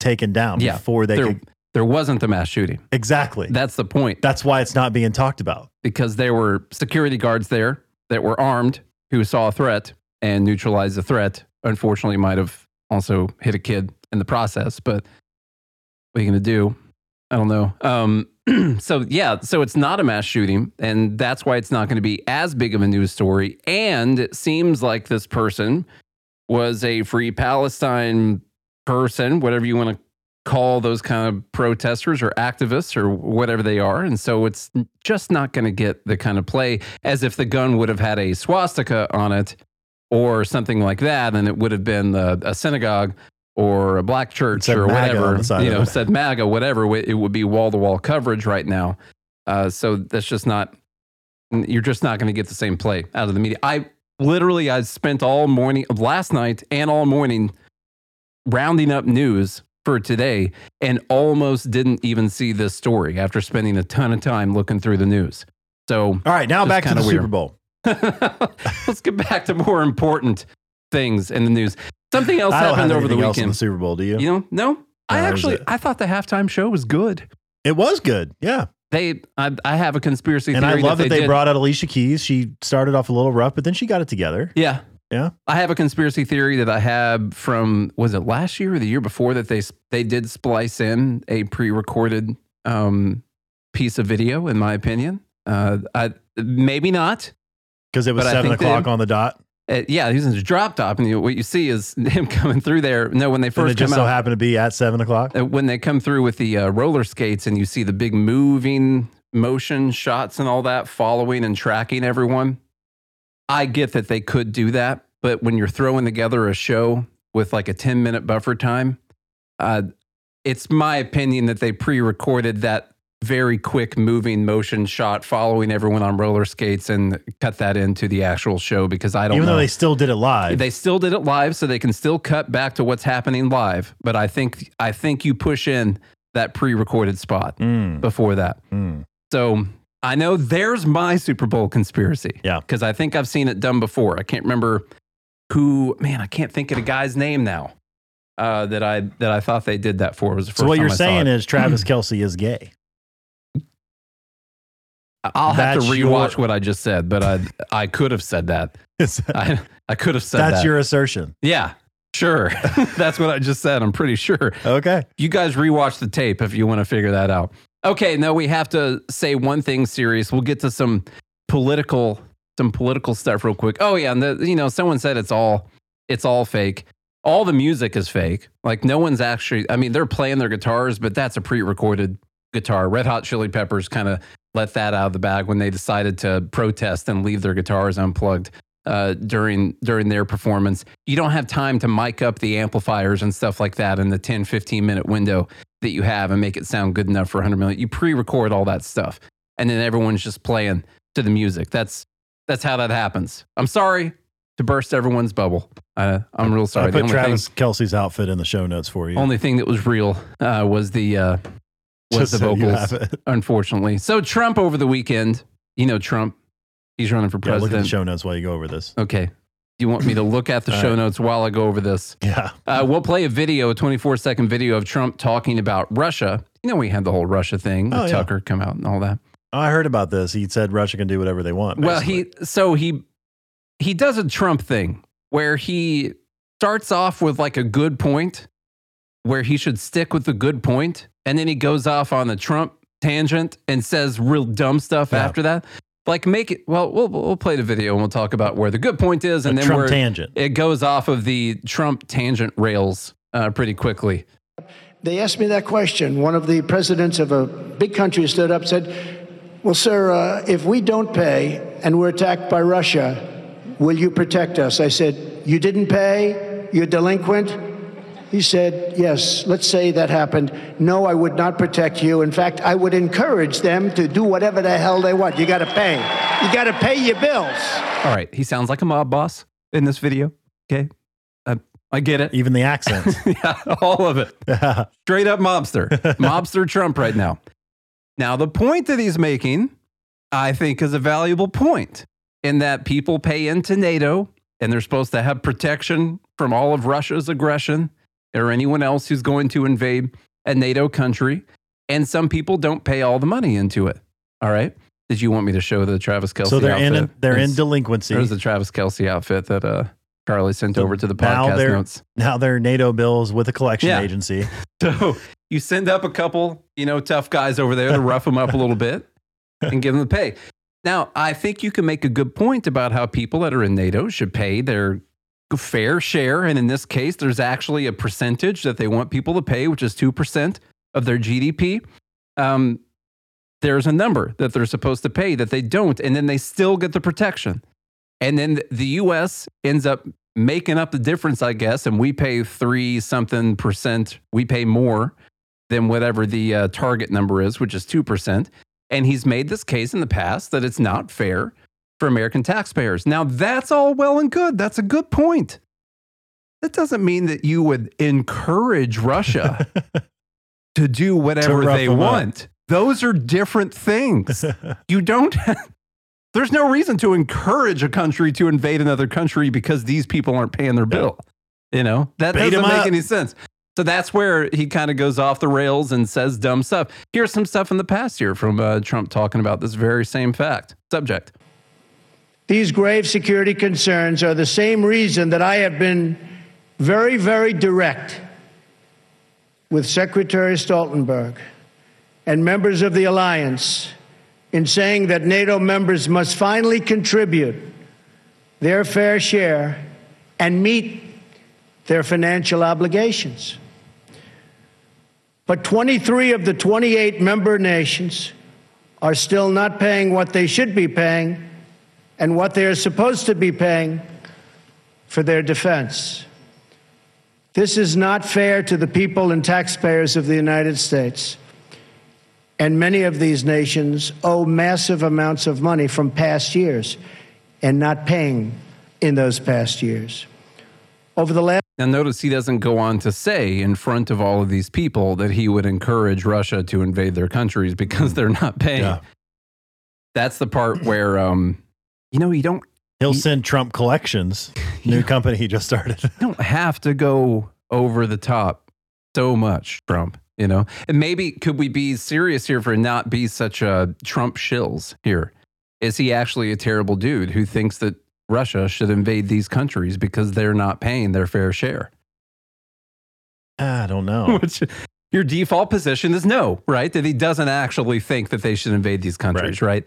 S3: taken down
S2: yeah,
S3: before they
S2: there,
S3: could.
S2: there wasn't the mass shooting.
S3: Exactly.
S2: That's the point.
S3: That's why it's not being talked about.
S2: because there were security guards there that were armed who saw a threat and neutralized the threat. Unfortunately, might have also hit a kid in the process, but what are you going to do? I don't know. Um, so, yeah, so it's not a mass shooting, and that's why it's not going to be as big of a news story. And it seems like this person was a free Palestine person, whatever you want to call those kind of protesters or activists or whatever they are. And so it's just not going to get the kind of play as if the gun would have had a swastika on it or something like that. And it would have been a, a synagogue or a black church
S3: said
S2: or
S3: MAGA on
S2: whatever,
S3: the side
S2: you
S3: of
S2: know,
S3: it.
S2: said MAGA, whatever. It would be wall to wall coverage right now. Uh, so that's just not you're just not going to get the same play out of the media. I literally I spent all morning of last night and all morning rounding up news for today and almost didn't even see this story after spending a ton of time looking through the news. So
S3: All right. Now
S2: Just
S3: back to the
S2: kinda weird.
S3: Super Bowl.
S2: let's get back to more important things in the news. Something else
S3: I don't
S2: happened
S3: have
S2: over the
S3: anything else on
S2: weekend.
S3: the Super Bowl, do you?
S2: you know, no, I
S3: that was
S2: actually
S3: it.
S2: I thought the halftime show was good.
S3: It was good. Yeah.
S2: They I, I have a conspiracy
S3: And
S2: theory
S3: I love that they,
S2: did-
S3: brought out Alicia Keys. She started off a little rough, but then she got it together.
S2: Yeah,
S3: Yeah.
S2: I have a conspiracy theory that I have from was it last year or the year before that they they did splice in a pre-recorded um, piece of video. In my opinion, uh, I, maybe not.
S3: Because it was
S2: But I
S3: seven
S2: think they-
S3: o'clock on the dot.
S2: Uh, yeah, he's in his drop top, and you, what you see is him coming through there. No, when they
S3: And it
S2: first
S3: just
S2: come
S3: so
S2: out,
S3: happened to be at seven o'clock.
S2: uh, when they come through with the uh, roller skates, and you see the big moving motion shots and all that, following and tracking everyone. I get that they could do that, but when you're throwing together a show with like a 10 minute buffer time, uh, it's my opinion that they pre recorded that very quick moving motion shot following everyone on roller skates and cut that into the actual show because I don't
S3: Even
S2: know.
S3: though they still did it live.
S2: They still did it live, so they can still cut back to what's happening live. But I think I think you push in that pre-recorded spot
S3: Mm.
S2: before that. So I know there's my Super Bowl conspiracy.
S3: Yeah,
S2: because I think I've seen it done before. I can't remember who. Man, I can't think of the guy's name now. Uh, that I that I thought they did that for was the first
S3: so what
S2: time
S3: you're
S2: I saw
S3: saying
S2: it.
S3: is Travis Kelsey is gay.
S2: I'll have to
S3: That's your-
S2: rewatch what I just said, but I I could have said that. I, I could have said
S3: That's
S2: that.
S3: your assertion.
S2: yeah, sure. That's what I just said. I'm pretty sure.
S3: Okay.
S2: You guys rewatch the tape if you want to figure that out. Okay, now we have to say one thing serious. We'll get to some political some political stuff real quick. Oh yeah, and the, you know, someone said it's all it's all fake. All the music is fake. Like no one's actually I mean, they're playing their guitars, but that's a pre-recorded guitar. Red Hot Chili Peppers kind of let that out of the bag when they decided to protest and leave their guitars unplugged uh, during during their performance. You don't have time to mic up the amplifiers and stuff like that in the 10, 15 minute window that you have and make it sound good enough for 100 million. You pre-record all that stuff, and then everyone's just playing to the music. That's that's how that happens. I'm sorry to burst everyone's bubble. Uh, I'm real sorry.
S3: I
S2: The
S3: put
S2: only
S3: Travis
S2: thing-
S3: Kelsey's outfit in the show notes for you.
S2: only thing that was real uh, was the uh, was
S3: Just
S2: the
S3: so you
S2: vocals,
S3: have it.
S2: unfortunately. So Trump over the weekend, you know Trump, he's running for
S3: yeah,
S2: president.
S3: look at the show notes while you go over this.
S2: Okay. Do you want me to look at the
S3: All
S2: show
S3: right.
S2: notes while I go over this?
S3: Yeah.
S2: Uh, we'll play a video, a 24 second video of Trump talking about Russia. You know, we had the whole Russia thing, the
S3: Oh, yeah.
S2: Tucker come out and all that.
S3: Oh, I heard about this. He said Russia can do whatever they want.
S2: Well, he so he he does a Trump thing where he starts off with like a good point where he should stick with the good point and then he goes off on the Trump tangent and says real dumb stuff after that. Like make it well, we'll we'll play the video and we'll talk about where the good point is and
S3: A
S2: then
S3: Trump
S2: where
S3: tangent.
S2: it goes off of the Trump tangent rails uh, pretty quickly.
S14: They asked me that question. One of the presidents of a big country stood up and said, Well, sir, uh, if we don't pay and we're attacked by Russia, will you protect us? I said, You didn't pay? You're delinquent? He said, Yes, let's say that happened. No, I would not protect you. In fact, I would encourage them to do whatever the hell they want. You got to pay. You got to pay your bills.
S2: All right, he sounds like a mob boss in this video. Okay, I, I get it.
S3: Even the accent,
S2: yeah, all of it. Straight up mobster, mobster Trump right now. Now the point that he's making, I think, is a valuable point in that people pay into NATO and they're supposed to have protection from all of Russia's aggression or anyone else who's going to invade a NATO country. And some people don't pay all the money into it. All right. Did you want me to show the Travis Kelsey?
S3: so they're in
S2: outfit?
S3: they're in
S2: It's-
S3: delinquency.
S2: there's the Travis Kelsey outfit that uh, Charlie sent over to the
S3: now
S2: podcast
S3: they're
S2: notes.
S3: now they're NATO bills with a collection
S2: Yeah.
S3: agency.
S2: So you send up a couple, you know, tough guys over there to rough them up a little bit and give them the pay. Now, I think you can make a good point about how people that are in NATO should pay their fair share. And in this case, there's actually a percentage that they want people to pay, which is 2% of their GDP. Um, there's a number that they're supposed to pay that they don't, and then they still get the protection. And then the US ends up making up the difference, I guess, and we pay three something percent. We pay more than whatever the uh, target number is, which is 2%. And he's made this case in the past that it's not fair for American taxpayers. Now, that's all well and good. That's a good point. That doesn't mean that you would encourage Russia to do whatever
S3: rough
S2: they
S3: them up.
S2: want. Those are different things. you don't. there's no reason to encourage a country to invade another country because these people aren't paying their bill. You know that
S3: Beat 'em
S2: doesn't make
S3: up.
S2: any sense. So that's where he kind of goes off the rails and says dumb stuff. Here's some stuff in the past year from uh, Trump talking about this very same fact subject.
S14: These grave security concerns are the same reason that I have been very, very direct with Secretary Stoltenberg and members of the alliance in saying that NATO members must finally contribute their fair share and meet their financial obligations. But 23 of the 28 member nations are still not paying what they should be paying and what they are supposed to be paying for their defense. This is not fair to the people and taxpayers of the United States. And many of these nations owe massive amounts of money from past years and not paying in those past years. Over the last
S2: Now, notice he doesn't go on to say in front of all of these people that he would encourage Russia to invade their countries because they're not paying.
S3: Yeah.
S2: That's the part where, um, you know, you don't
S3: He'll send Trump collections. New company he just started.
S2: you don't have to go over the top so much, Trump. You know, and maybe could we be serious here for not be such a Trump shills here? Is he actually a terrible dude who thinks that Russia should invade these countries because they're not paying their fair share?
S3: Ah, I don't know.
S2: Which your default position is no, right? That he doesn't actually think that they should invade these countries, right?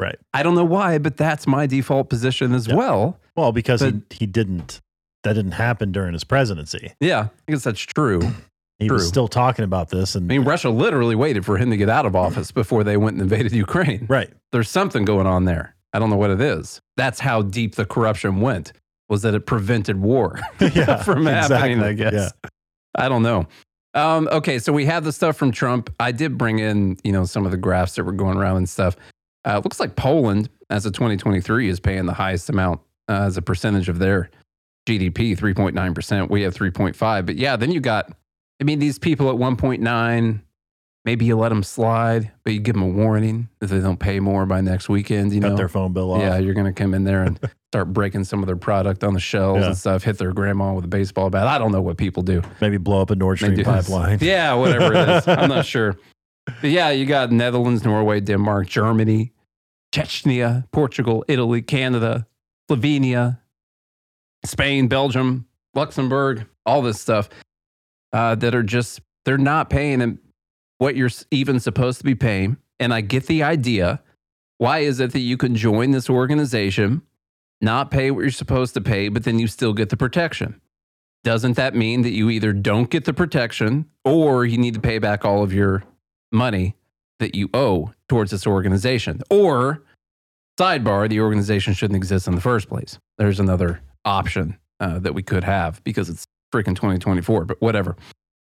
S3: Right.
S2: I don't know why, but that's my default position as well.
S3: Well, because he, he didn't. That didn't happen during his presidency.
S2: Yeah, I guess that's true.
S3: He
S2: true.
S3: was still talking about this, and
S2: I mean, Russia literally waited for him to get out of office before they went and invaded Ukraine.
S3: Right.
S2: There's something going on there. I don't know what it is. That's how deep the corruption went. Was that it prevented war
S3: Yeah,
S2: from happening?
S3: exactly.
S2: I guess.
S3: Yeah.
S2: I don't know. Um, okay, so we have the stuff from Trump. I did bring in, you know, some of the graphs that were going around and stuff. Uh, it looks like Poland, as of 2023, is paying the highest amount uh, as a percentage of their GDP, 3.9 percent. We have 3.5, but yeah, then you got. I mean, these people at 1.9. Maybe you let them slide, but you give them a warning if they don't pay more by next weekend. You
S3: cut
S2: know,
S3: their phone bill off.
S2: yeah, you're going to come in there and start breaking some of their product on the shelves
S3: Yeah.
S2: and stuff, hit their grandma with a baseball bat. I don't know what people do.
S3: Maybe blow up a Nord
S2: They
S3: Stream
S2: do-
S3: pipeline.
S2: Yeah, whatever it is. I'm not sure. But yeah, you got Netherlands, Norway, Denmark, Germany, Chechnya, Portugal, Italy, Canada, Slovenia, Spain, Belgium, Luxembourg, all this stuff uh, that are just, they're not paying them what you're s- even supposed to be paying. And I get the idea. Why is it that you can join this organization, not pay what you're supposed to pay, but then you still get the protection? Doesn't that mean that you either don't get the protection or you need to pay back all of your money that you owe towards this organization? Or, sidebar, the organization shouldn't exist in the first place. There's another option uh, that we could have because it's freaking 2024, but whatever.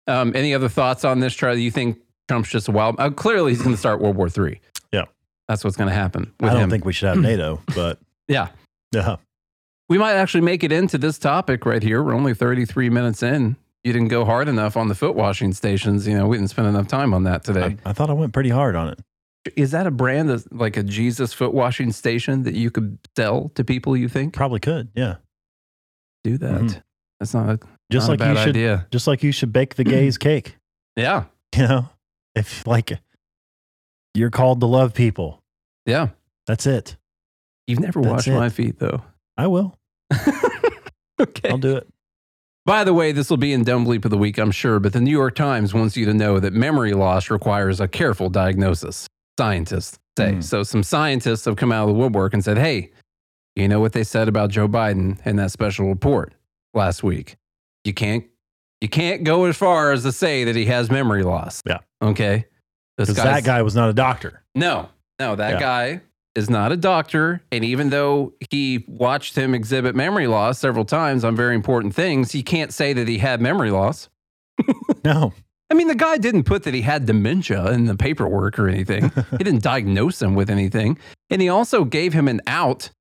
S2: Um, any other thoughts on this, Charlie? You think Trump's just a wild? Uh, clearly, he's going to start World War III.
S3: Yeah.
S2: That's what's going to happen.
S3: I
S2: With
S3: don't
S2: him.
S3: think we should have NATO, but
S2: Yeah.
S3: yeah,
S2: We might actually make it into this topic right here. We're only 33 minutes in. You didn't go hard enough on the foot washing stations. You know, we didn't spend enough time on that today.
S3: I, I thought I went pretty hard on it.
S2: Uh, Is that a brand that's like a Jesus foot washing station that you could sell to people? You think
S3: Probably could. Yeah,
S2: do that?
S3: Mhm.
S2: That's not a
S3: just
S2: not
S3: like
S2: a bad
S3: you should.
S2: idea.
S3: Just like you should bake the gays cake.
S2: Yeah,
S3: You know, if like you're called to love people,
S2: yeah.
S3: that's it.
S2: You've never
S3: That's
S2: washed
S3: it.
S2: my feet though.
S3: I will.
S2: Okay.
S3: I'll do it.
S2: By the way, this will be in Dumb Bleep of the Week, I'm sure, but the New York Times wants you to know that memory loss requires a careful diagnosis, scientists say.
S3: Hmm.
S2: So, some scientists have come out of the woodwork and said, hey, you know what they said about Joe Biden in that special report last week? You can't. You can't go as far as to say that he has memory loss.
S3: Yeah.
S2: Okay. This
S3: Because
S2: guy's-
S3: that guy was not a doctor.
S2: no, no, that
S3: Yeah.
S2: guy is not a doctor. And even though he watched him exhibit memory loss several times on very important things, he can't say that he had memory loss.
S3: No.
S2: I mean, the guy didn't put that he had dementia in the paperwork or anything. he didn't diagnose him with anything. And he also gave him an out.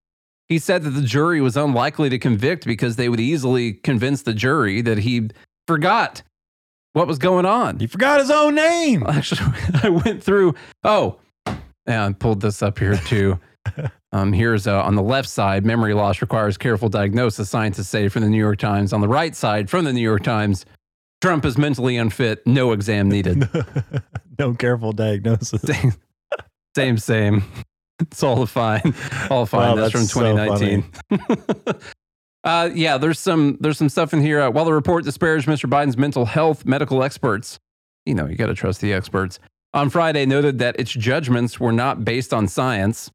S2: He said that the jury was unlikely to convict because they would easily convince the jury that he forgot what was going on.
S3: He forgot his own name.
S2: Actually, I went through. Oh, yeah, I pulled this up here too. Um, here's uh, on the left side memory loss requires careful diagnosis, scientists say from the New York Times. On the right side, from the New York Times, Trump is mentally unfit, no exam needed.
S3: no careful diagnosis.
S2: same, same, same. It's all fine. All fine.
S3: Wow,
S2: that's,
S3: that's
S2: from
S3: so
S2: 2019. uh, yeah, there's some there's some stuff in here. Uh, while the report disparaged Mr. Biden's mental health, medical experts, you know, you got to trust the experts. On Friday, noted that its judgments were not based on science.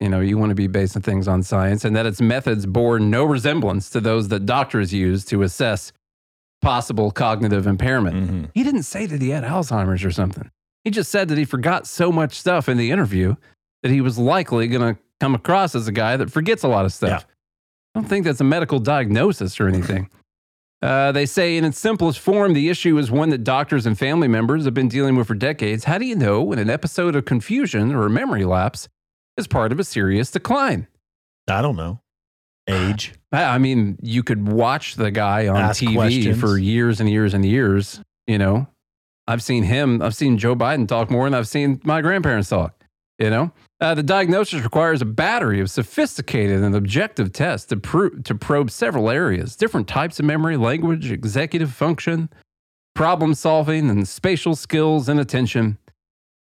S2: You know, you want to be based on things on science, and that its methods bore no resemblance to those that doctors use to assess possible cognitive impairment.
S3: Mhm.
S2: He didn't say that he had Alzheimer's or something. He just said that he forgot so much stuff in the interview that he was likely going to come across as a guy that forgets a lot of stuff. I don't think that's a medical diagnosis or anything. Uh, they say, in its simplest form, the issue is one that doctors and family members have been dealing with for decades. How do you know when an episode of confusion or a memory lapse is part of a serious decline?
S3: I don't know. Age.
S2: I I mean, you could watch the guy on
S3: Ask
S2: TV
S3: questions.
S2: for years and years and years. You know, I've seen him, I've seen Joe Biden talk more than I've seen my grandparents talk. You know, uh, the diagnosis requires a battery of sophisticated and objective tests to, pro- to probe several areas different types of memory, language, executive function, problem solving, and spatial skills and attention.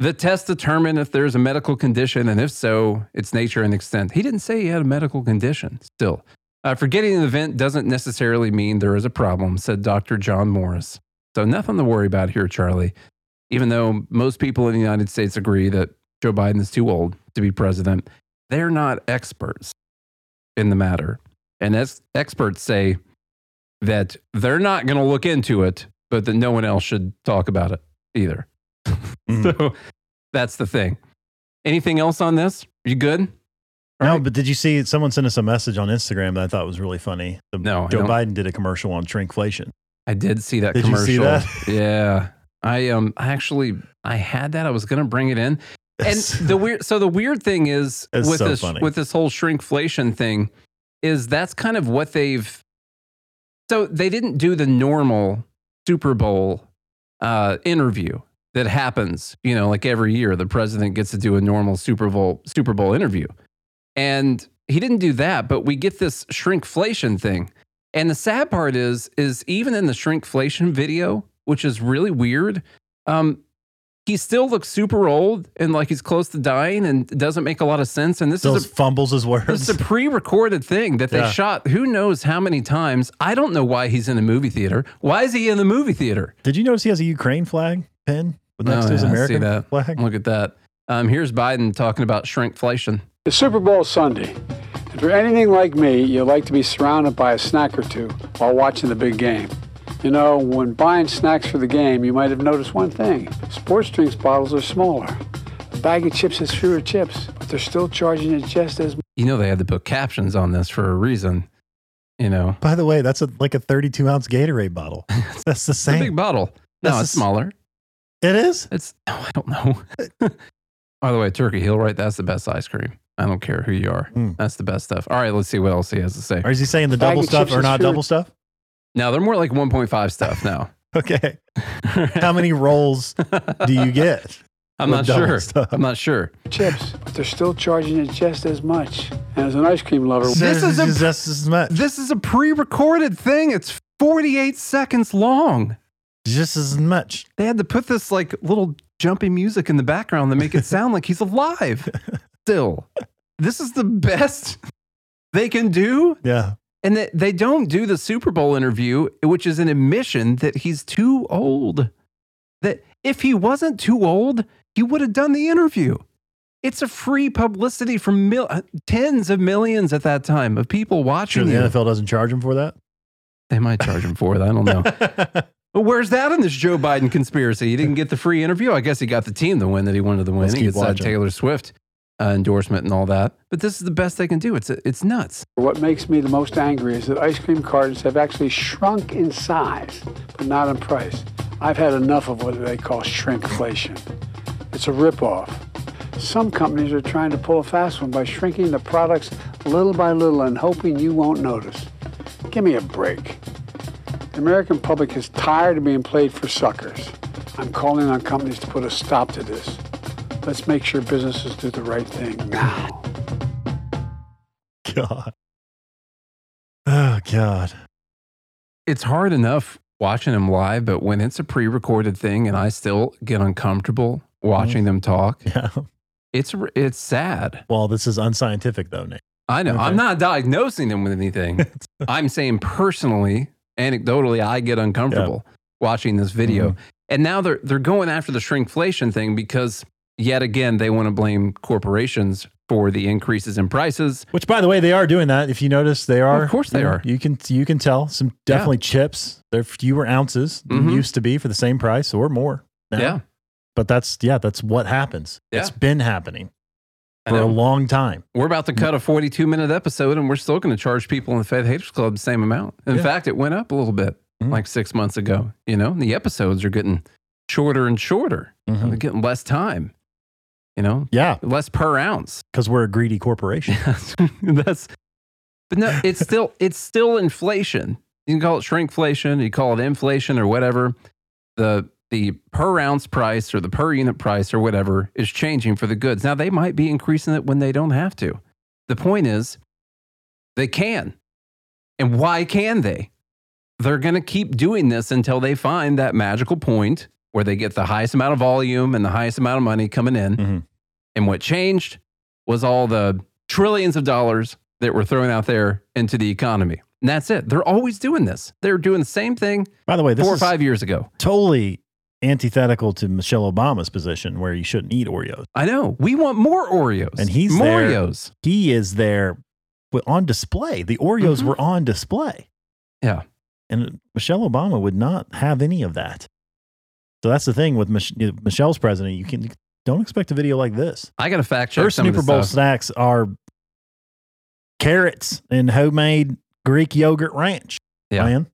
S2: The tests determine if there's a medical condition, and if so, its nature and extent. He didn't say he had a medical condition, still. Uh, forgetting an event doesn't necessarily mean there is a problem, said Dr. John Morris. So, nothing to worry about here, Charlie, even though most people in the United States agree that Joe Biden is too old to be president. They're not experts in the matter. And as experts say that they're not going to look into it, but that no one else should talk about it either.
S3: Hmm.
S2: so that's the thing. Anything else on this? You good?
S3: No, but did you see someone sent us a message on Instagram that I thought was really funny? The-
S2: No, I
S3: Joe
S2: don't.
S3: Biden did a commercial on shrinkflation.
S2: I did see that
S3: Did you
S2: commercial.
S3: see that?
S2: yeah. I um I actually I had that. I was gonna bring it in. And the weird so the weird thing is
S3: That's
S2: with
S3: so
S2: this
S3: funny.
S2: with this whole shrinkflation thing is that's kind of what they've so they didn't do the normal Super Bowl uh, interview that happens, you know, like every year the president gets to do a normal Super Bowl Super Bowl interview. And he didn't do that, but we get this shrinkflation thing. And the sad part is, is even in the shrinkflation video, which is really weird, um, he still looks super old and like he's close to dying and doesn't make a lot of sense. And this
S3: Still
S2: is a
S3: fumbles his
S2: this is
S3: words.
S2: a pre-recorded thing that they
S3: Yeah.
S2: shot who knows how many times. I don't know why he's in a movie theater. Why is he in the movie theater?
S3: did you notice he has a Ukraine flag pin with next
S2: Oh,
S3: to his
S2: yeah, I see
S3: American
S2: that.
S3: flag?
S2: Look at that. Um, here's Biden talking about shrinkflation.
S8: It's Super Bowl Sunday. If you're anything like me, you like to be surrounded by a snack or two while watching the big game. You know, when buying snacks for the game, you might have noticed one thing sports drinks bottles are smaller. A bag of chips has fewer chips, but they're still charging you just as
S2: You know they had to put captions on this for a reason. You know,
S3: By the way, that's a, like a 32 ounce Gatorade bottle. That's the
S2: it's a
S3: same.
S2: big bottle. No,
S3: That's
S2: it's
S3: a-
S2: smaller.
S3: it is?
S2: It's no, I don't know. By the way, Turkey Hill, right? That's the best ice cream. I don't care who you are.
S3: Hmm.
S2: That's the best stuff. All right, let's see what else he has to say.
S3: Or is he saying the
S8: Bag
S3: double
S8: of
S3: stuff
S8: chips
S3: or
S8: is
S3: not
S8: food.
S3: double stuff?
S2: Now they're more like 1.5 stuff now.
S3: Okay. How many rolls do you get?
S2: I'm
S3: with
S2: not
S3: double
S2: sure.
S3: stuff?
S2: I'm not sure.
S8: chips, but they're still charging you just as much. And as an ice cream lover,
S2: This is a-
S3: just as much.
S2: This is a pre-recorded thing. It's 48 seconds long.
S3: Just as much.
S2: They had to put this like little jumpy music in the background to make it sound like he's alive. Still, this is the best they can do.
S3: Yeah.
S2: And they, they don't do the Super Bowl interview, which is an admission that he's too old. That if he wasn't too old, he would have done the interview. It's a free publicity from mil- uh, tens of millions at that time of people watching
S3: Sure, the
S2: you.
S3: NFL doesn't charge him for that.
S2: They might charge him for it. I don't know. but where's that in this Joe Biden conspiracy? He didn't get the free interview. I guess he got the team the win that he wanted to win.
S3: Let's
S2: he
S3: keep
S2: gets that
S3: watching.
S2: Taylor Swift uh, endorsement and all that. But this is the best they can do. It's it's nuts.
S8: what makes me the most angry is that ice cream cartons have actually shrunk in size, but not in price. I've had enough of what they call shrinkflation. It's a ripoff. Some companies are trying to pull a fast one by shrinking the products little by little and hoping you won't notice. Give me a break. The American public is tired of being played for suckers. I'm calling on companies to put a stop to this. Let's make sure businesses do the right thing now.
S3: God. Oh God.
S2: It's hard enough watching him live, but when it's a pre-recorded thing and I still get uncomfortable
S3: Mm.
S2: watching them talk,
S3: Yeah.
S2: it's r- it's sad.
S3: Well, this is unscientific though, Nate.
S2: I know. I'm
S3: Okay.
S2: not diagnosing them with anything. I'm saying personally, anecdotally, I get uncomfortable watching this video.
S3: Mm-hmm.
S2: And now they're they're going after the shrinkflation thing because yet again they want to blame corporations for the increases in prices.
S3: Which by the way, they are doing that. If you notice, they
S2: Well,
S3: are
S2: of course they
S3: you-
S2: are.
S3: You can you can tell some definitely chips. They're fewer ounces than
S2: Mhm.
S3: used to be for the same price or more. now.
S2: Yeah.
S3: But that's yeah, that's what happens.
S2: Yeah.
S3: It's been happening.
S2: I
S3: for a
S2: know.
S3: long time.
S2: We're about
S3: Mm.
S2: to cut a 42 minute episode and we're still going to charge people in the Fed Haters Club the same amount. In
S3: Yeah. Mm-hmm.
S2: fact, it went up a little bit like six months ago. You know, and the episodes are getting shorter and shorter.
S3: Mm-hmm.
S2: They're getting less time, you know,
S3: Yeah,
S2: less per ounce.
S3: because we're a greedy corporation.
S2: That's, but no, it's still, it's still inflation. You can call it shrinkflation, you call it inflation or whatever. The, the per ounce price or the per unit price or whatever is changing for the goods. Now, they might be increasing it when they don't have to. The point is, they can. And why can they? They're going to keep doing this until they find that magical point where they get the highest amount of volume and the highest amount of money coming in.
S3: Mm-hmm.
S2: And what changed was all the trillions of dollars that were thrown out there into the economy. And that's it. They're always doing this. They're doing the same thing.
S3: By the way, this
S2: four or
S3: is-
S2: five years ago.
S3: totally antithetical to Michelle Obama's position where you shouldn't eat Oreos.
S2: I know. We want more Oreos.
S3: And he's
S2: more
S3: there-
S2: Oreos.
S3: He is there wi- on display. The
S2: Mhm.
S3: Oreos were on display.
S2: Yeah.
S3: And Michelle Obama would not have any of that. So that's the thing with Mich- you know, Michelle's president. You can don't expect a video like this.
S2: I got to fact check
S3: Her
S2: some of
S3: Super
S2: this
S3: Bowl
S2: stuff.
S3: snacks are carrots and homemade Greek yogurt ranch.
S2: Yeah.
S3: Man,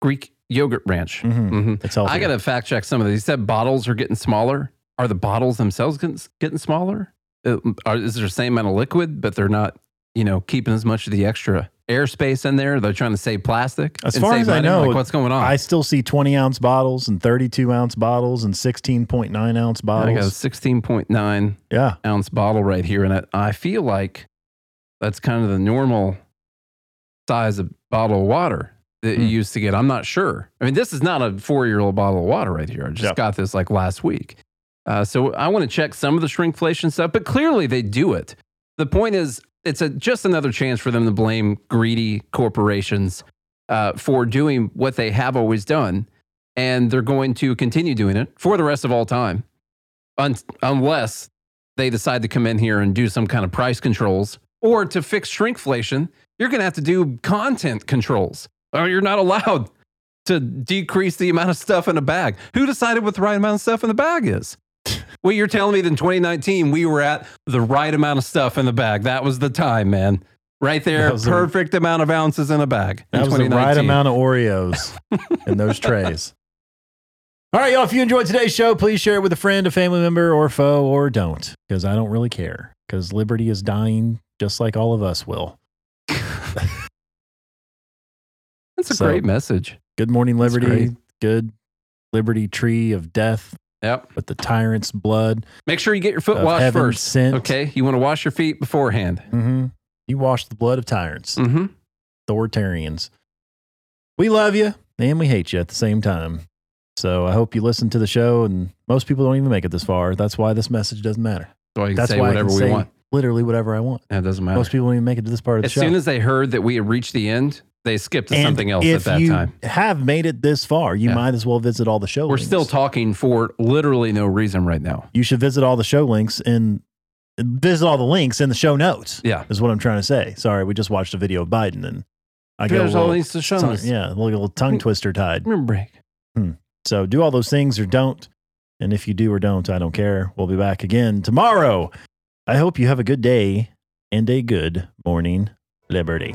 S2: Greek yogurt ranch.
S3: Mm-hmm.
S2: Mhm.
S3: It's healthier.
S2: I got to fact check some of these. You said bottles are getting smaller. Are the bottles themselves getting, getting smaller? Uh, are, is there the same amount of liquid, but they're not, you know, keeping as much of the extra airspace in there? They're trying to save plastic.
S3: As
S2: and
S3: far
S2: save
S3: as I
S2: money?
S3: know,
S2: like, what's going on?
S3: I still see 20 ounce bottles and 32 ounce bottles and 16.9 ounce
S2: I got a
S3: bottles.
S2: 16.9
S3: Yeah.
S2: ounce bottle right here. And I, I feel like that's kind of the normal size of bottle of water that you used to get. I'm not sure. I mean, this is not a four year old bottle of water right here. I just got this like last week. Uh, so I want to check some of the shrinkflation stuff, but clearly they do it. The point is, it's a, just another chance for them to blame greedy corporations uh, for doing what they have always done. And they're going to continue doing it for the rest of all time un- unless they decide to come in here and do some kind of price controls or to fix shrinkflation, you're going to have to do content controls or you're not allowed to decrease the amount of stuff in a bag. Who decided what the right amount of stuff in the bag is? well, you're telling me that in 2019 we were at the right amount of stuff in the bag. That was the time, man. Right there,
S3: That was the-
S2: perfect amount of ounces in a bag. in
S3: That was the right
S2: 2019.
S3: amount of Oreos in those trays. All right, y'all. If you enjoyed today's show, please share it with a friend, a family member, or foe, or don't, because I don't really care. Because liberty is dying, just like all of us will.
S2: That's a
S3: So-
S2: great message.
S3: Good morning,
S2: That's
S3: liberty.
S2: great.
S3: Good liberty tree of death
S2: Yep.
S3: with the tyrant's blood.
S2: Make sure you get your foot
S3: Of
S2: washed
S3: heaven
S2: first.
S3: sent.
S2: Okay. You want to wash your feet beforehand.
S3: Mm-hmm. You wash the blood of tyrants,
S2: Mm-hmm.
S3: authoritarians. We love you and we hate you at the same time. So I hope you listen to the show. And most people don't even make it this far. That's why this message doesn't matter.
S2: So I can
S3: That's
S2: say
S3: why
S2: whatever
S3: I can
S2: we
S3: say
S2: want.
S3: Literally whatever I want.
S2: That doesn't matter.
S3: Most people don't even make it to this part of the
S2: as
S3: show.
S2: soon as they heard that we had reached the end, they skipped to
S3: And
S2: something else
S3: if
S2: at that
S3: you
S2: time.
S3: have made it this far, you
S2: Yeah.
S3: might as well visit all the show.
S2: We're
S3: links.
S2: still talking for literally no reason right now.
S3: You should visit all the show links and visit all the links in the show notes.
S2: Yeah.
S3: is what I'm trying to say. Sorry, we just watched a video of Biden and I got a
S2: There's all
S3: little,
S2: these to show
S3: tongue,
S2: us. Hmm.
S3: yeah, a little tongue twister tied.
S2: Remember break.
S3: So do all those things or don't. And if you do or don't, I don't care. We'll be back again tomorrow. I hope you have a good day and a good morning, Liberty.